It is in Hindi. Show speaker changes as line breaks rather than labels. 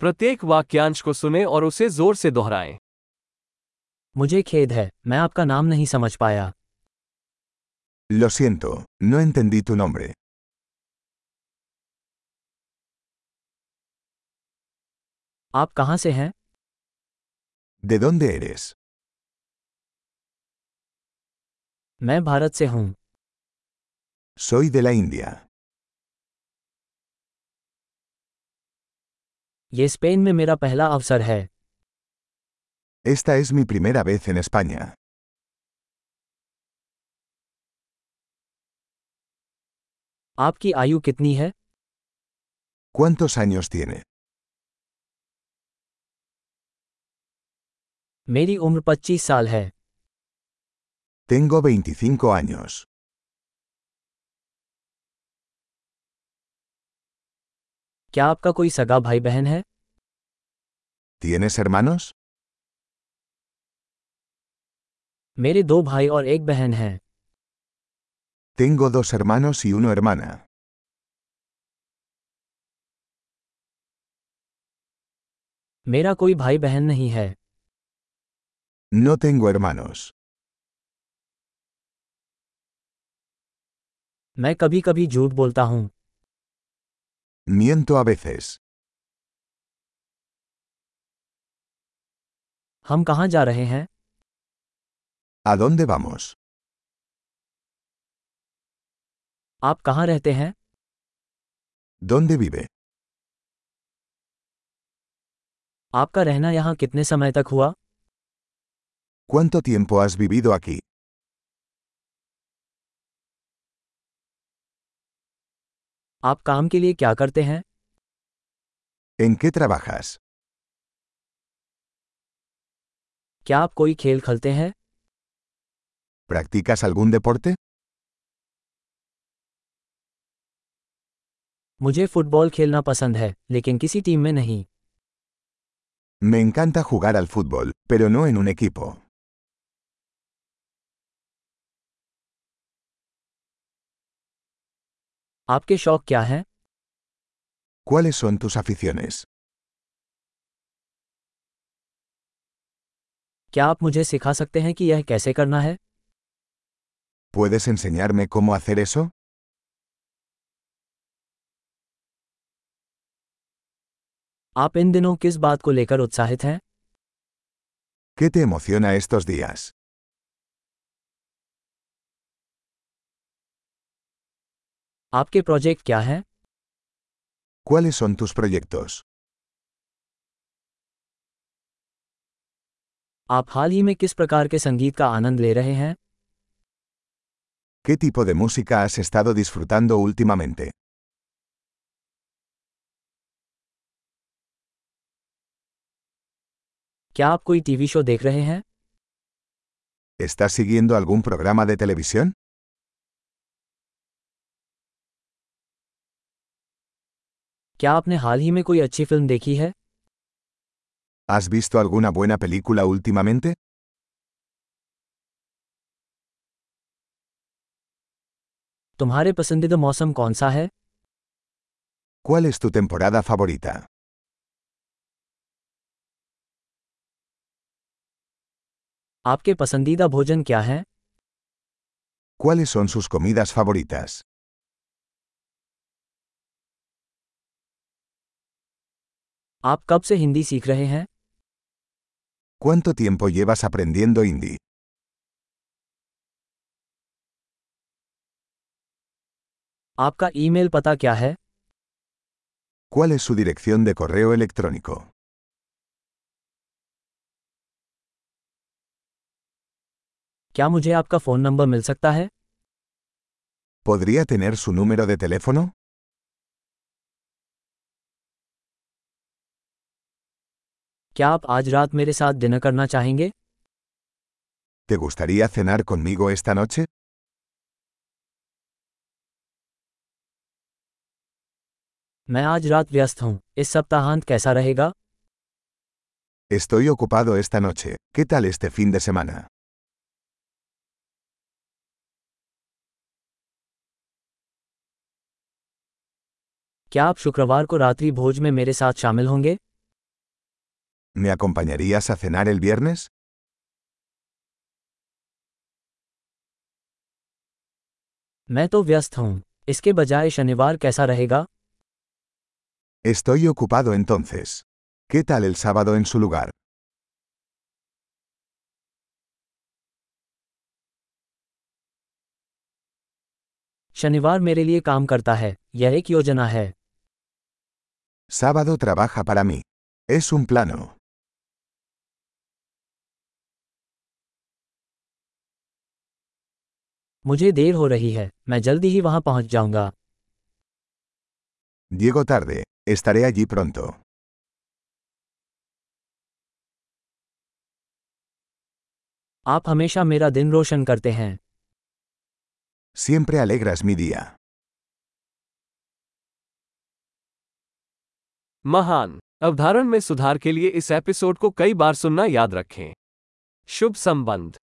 प्रत्येक वाक्यांश को सुने और उसे जोर से दोहराएं
मुझे खेद है मैं आपका नाम नहीं समझ पाया
Lo siento, no entendí tu nombre.
आप कहाँ से हैं
¿De dónde eres?
मैं भारत से हूँ
Soy de la India.
ये स्पेन में मेरा पहला अवसर है
Esta es mi primera vez en España.
आपकी आयु कितनी है
¿Cuántos años tiene?
मेरी उम्र 25 साल है
Tengo 25 años.
क्या आपका कोई सगा भाई बहन है
¿Tienes hermanos?
मेरे दो भाई और एक बहन है
Tengo dos hermanos y una hermana.
मेरा कोई भाई बहन नहीं है
No tengo hermanos.
मैं कभी कभी झूठ बोलता हूँ
Miento a veces.
हम कहाँ जा रहे हैं
¿A dónde vamos?
आप कहाँ रहते हैं
¿Dónde vive?
आपका रहना यहाँ कितने समय तक हुआ
¿Cuánto tiempo has vivido aquí?
आप काम के लिए क्या करते हैं
¿En qué trabajas?
क्या आप कोई खेल खेलते हैं
¿Practicas algún deporte?
मुझे फुटबॉल खेलना पसंद है लेकिन किसी टीम में नहीं
Me encanta jugar al fútbol, pero no en un equipo.
आपके शौक क्या हैं
¿Cuáles son tus aficiones?
क्या आप मुझे सिखा सकते हैं कि यह कैसे करना है
¿Puedes enseñarme cómo hacer eso?
आप इन दिनों किस बात को लेकर उत्साहित हैं
¿Qué te emociona estos días?
आपके प्रोजेक्ट क्या हैं
¿Cuáles son tus proyectos?
आप हाल ही में किस प्रकार के संगीत का आनंद ले रहे हैं
¿Qué tipo de música has estado disfrutando últimamente?
क्या आप कोई टीवी शो देख रहे हैं
¿Estás siguiendo algún programa de televisión?
क्या आपने हाल ही में कोई अच्छी फिल्म देखी है
¿Has visto alguna buena película últimamente?
तुम्हारे पसंदीदा मौसम कौन सा है
¿Cuál es tu temporada favorita?
आपके पसंदीदा भोजन क्या है
¿Cuáles son sus comidas favoritas?
आप कब से हिंदी सीख रहे हैं
¿Cuánto tiempo llevas aprendiendo hindi?
आपका ईमेल पता क्या है
¿Cuál es su dirección de correo electrónico?
क्या मुझे आपका फ़ोन नंबर मिल सकता है
¿Podría tener su número de teléfono?
क्या आप आज रात मेरे साथ डिनर करना चाहेंगे
¿Te gustaría cenar conmigo esta noche?
मैं आज रात व्यस्त हूँ इस सप्ताहांत कैसा रहेगा
Estoy ocupado esta noche. ¿Qué tal este fin de semana?
क्या आप शुक्रवार को रात्रि भोज में मेरे साथ शामिल होंगे
¿Me acompañarías a cenar el viernes?
मैं तो व्यस्त हूँ इसके बजाय शनिवार कैसा रहेगा
Estoy ocupado entonces. ¿Qué tal el sábado en su lugar?
शनिवार मेरे लिए काम करता है यह एक योजना है
Sábado trabaja para mí. Es un plano.
मुझे देर हो रही है मैं जल्दी ही वहाँ पहुँच जाऊँगा
Llego tarde. Estaré allí pronto.
आप हमेशा मेरा दिन रोशन करते हैं
Siempre alegras mi día.
महान अवधारण में सुधार के लिए इस एपिसोड को कई बार सुनना याद रखें शुभ संबंध